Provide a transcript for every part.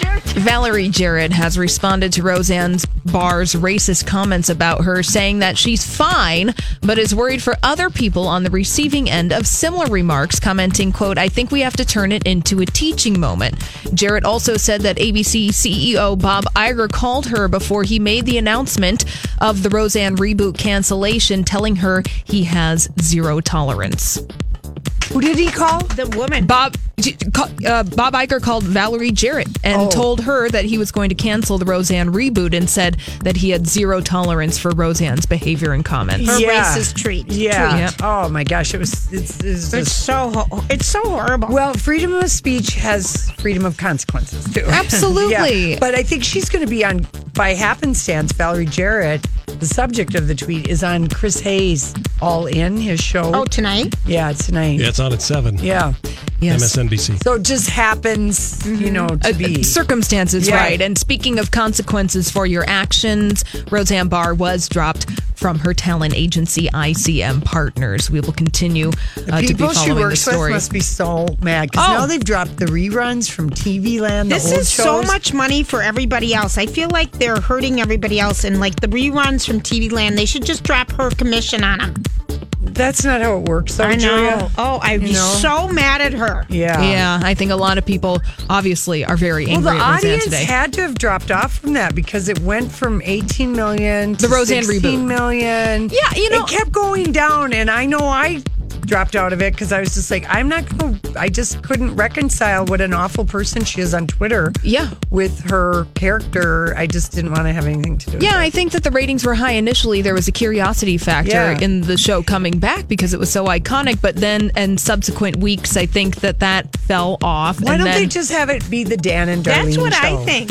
dirt, Valerie Jarrett has responded to Roseanne's Barr's racist comments about her, saying that she's fine, but is worried for other people on the receiving end of similar remarks, commenting, quote, I think we have to turn it into a teaching moment. Jarrett also said that ABC CEO E Bob Iger called her before he made the announcement of the Roseanne reboot cancellation, telling her he has zero tolerance. Who did he call? The woman. Bob uh, Bob Iger called Valerie Jarrett and Oh. told her that he was going to cancel the Roseanne reboot and said that he had zero tolerance for Roseanne's behavior and comments. Her Yeah. racist treat. Yeah. Yep. Oh my gosh, it was. It's, it's It's just, so ho- it's so horrible. well, freedom of speech has freedom of consequences too. Absolutely. Yeah, but I think she's going to be on by happenstance. Valerie Jarrett, the subject of the tweet, is on Chris Hayes All In, his show. oh, tonight. yeah, tonight. Yeah, it's on at 7. Yeah. Yes. MSNBC. So it just happens, you know, Mm-hmm. Uh, to be. Circumstances, Yeah. right. And speaking of consequences for your actions, Roseanne Barr was dropped from her talent agency ICM Partners. We will continue uh, to be People she following the works with story. must be so mad because Oh. now they've dropped the reruns from TV Land. the This old is so shows. much money for everybody else. I feel like they're hurting everybody else. And like the reruns from TV Land, they should just drop her commission on them. That's not how it works. Though, I know. Julia. Oh, I'd be You know? so mad at her. Yeah. yeah, I think a lot of people obviously are very Well, angry the at Roseanne audience today. had to have dropped off from that because it went from 18 million to The Roseanne 16 reboot. million. Yeah, you know- It kept going down, and I know I dropped out of it because I was just like, I'm not going to, I just couldn't reconcile what an awful person she is on Twitter Yeah. with her character. I just didn't want to have anything to do with Yeah, it. I think that the ratings were high initially. There was a curiosity factor Yeah. in the show coming back because it was so iconic. But then, and subsequent weeks, I think that that fell off. Why and don't they then- just have it be the Dan and Darlene That's what show? I think.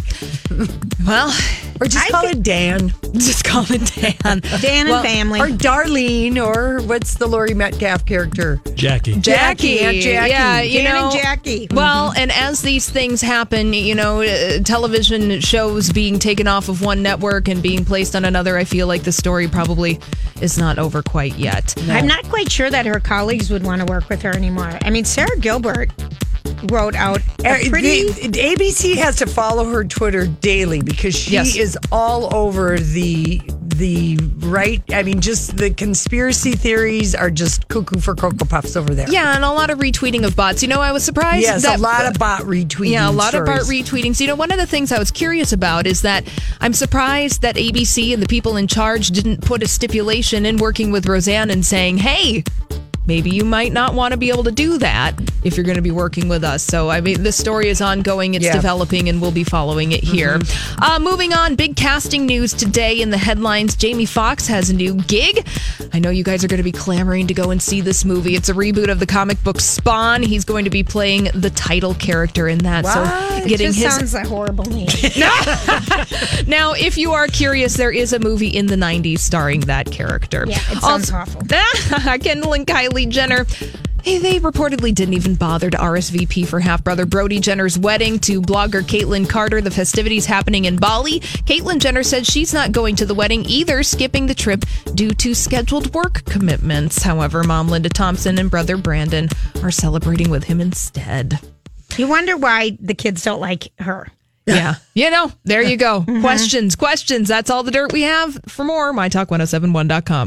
Well, Or just I call think- it Dan. just call it Dan. Dan and Well, family. Or Darlene, or what's the Lori Metcalf character? Jackie. Jackie, Aunt Jackie. Yeah, you Dan know. and Jackie. Well, and as these things happen, you know, uh, television shows being taken off of one network and being placed on another, I feel like the story probably is not over quite yet. I'm not quite sure that her colleagues would want to work with her anymore. I mean, Sarah Gilbert wrote out a Uh, pretty. the- ABC has to follow her Twitter daily because she Yes. is all over the the right. I mean, just the conspiracy theories are just cuckoo for cocoa puffs over there. Yeah, and a lot of retweeting of bots. You know, I was surprised. yes, that, a lot of bot retweeting. Yeah, a lot of Bart stories. retweetings. You know, one of the things I was curious about is that I'm surprised that ABC and the people in charge didn't put a stipulation in working with Roseanne and saying, hey, maybe you might not want to be able to do that if you're going to be working with us. So, I mean, this story is ongoing, it's Yeah. developing, and we'll be following it here. Mm-hmm. Uh, moving on, big casting news today in the headlines. Jamie Foxx has a new gig. I know you guys are going to be clamoring to go and see this movie. It's a reboot of the comic book Spawn. He's going to be playing the title character in that. So, it getting just his sounds a horrible name. now, if you are curious, there is a movie in the 90s starring that character. Yeah, it sounds awful. Kendall and Kylie Jenner. Hey, they reportedly didn't even bother to RSVP for half brother Brody Jenner's wedding to blogger Caitlyn Carter. The festivities happening in Bali. Caitlyn Jenner said she's not going to the wedding either, skipping the trip due to scheduled work commitments. However, mom Linda Thompson and brother Brandon are celebrating with him instead. you wonder why the kids don't like her. Yeah. You oh know, there you go. Questions, questions. That's all the dirt we have. For more, mytalk1071.com.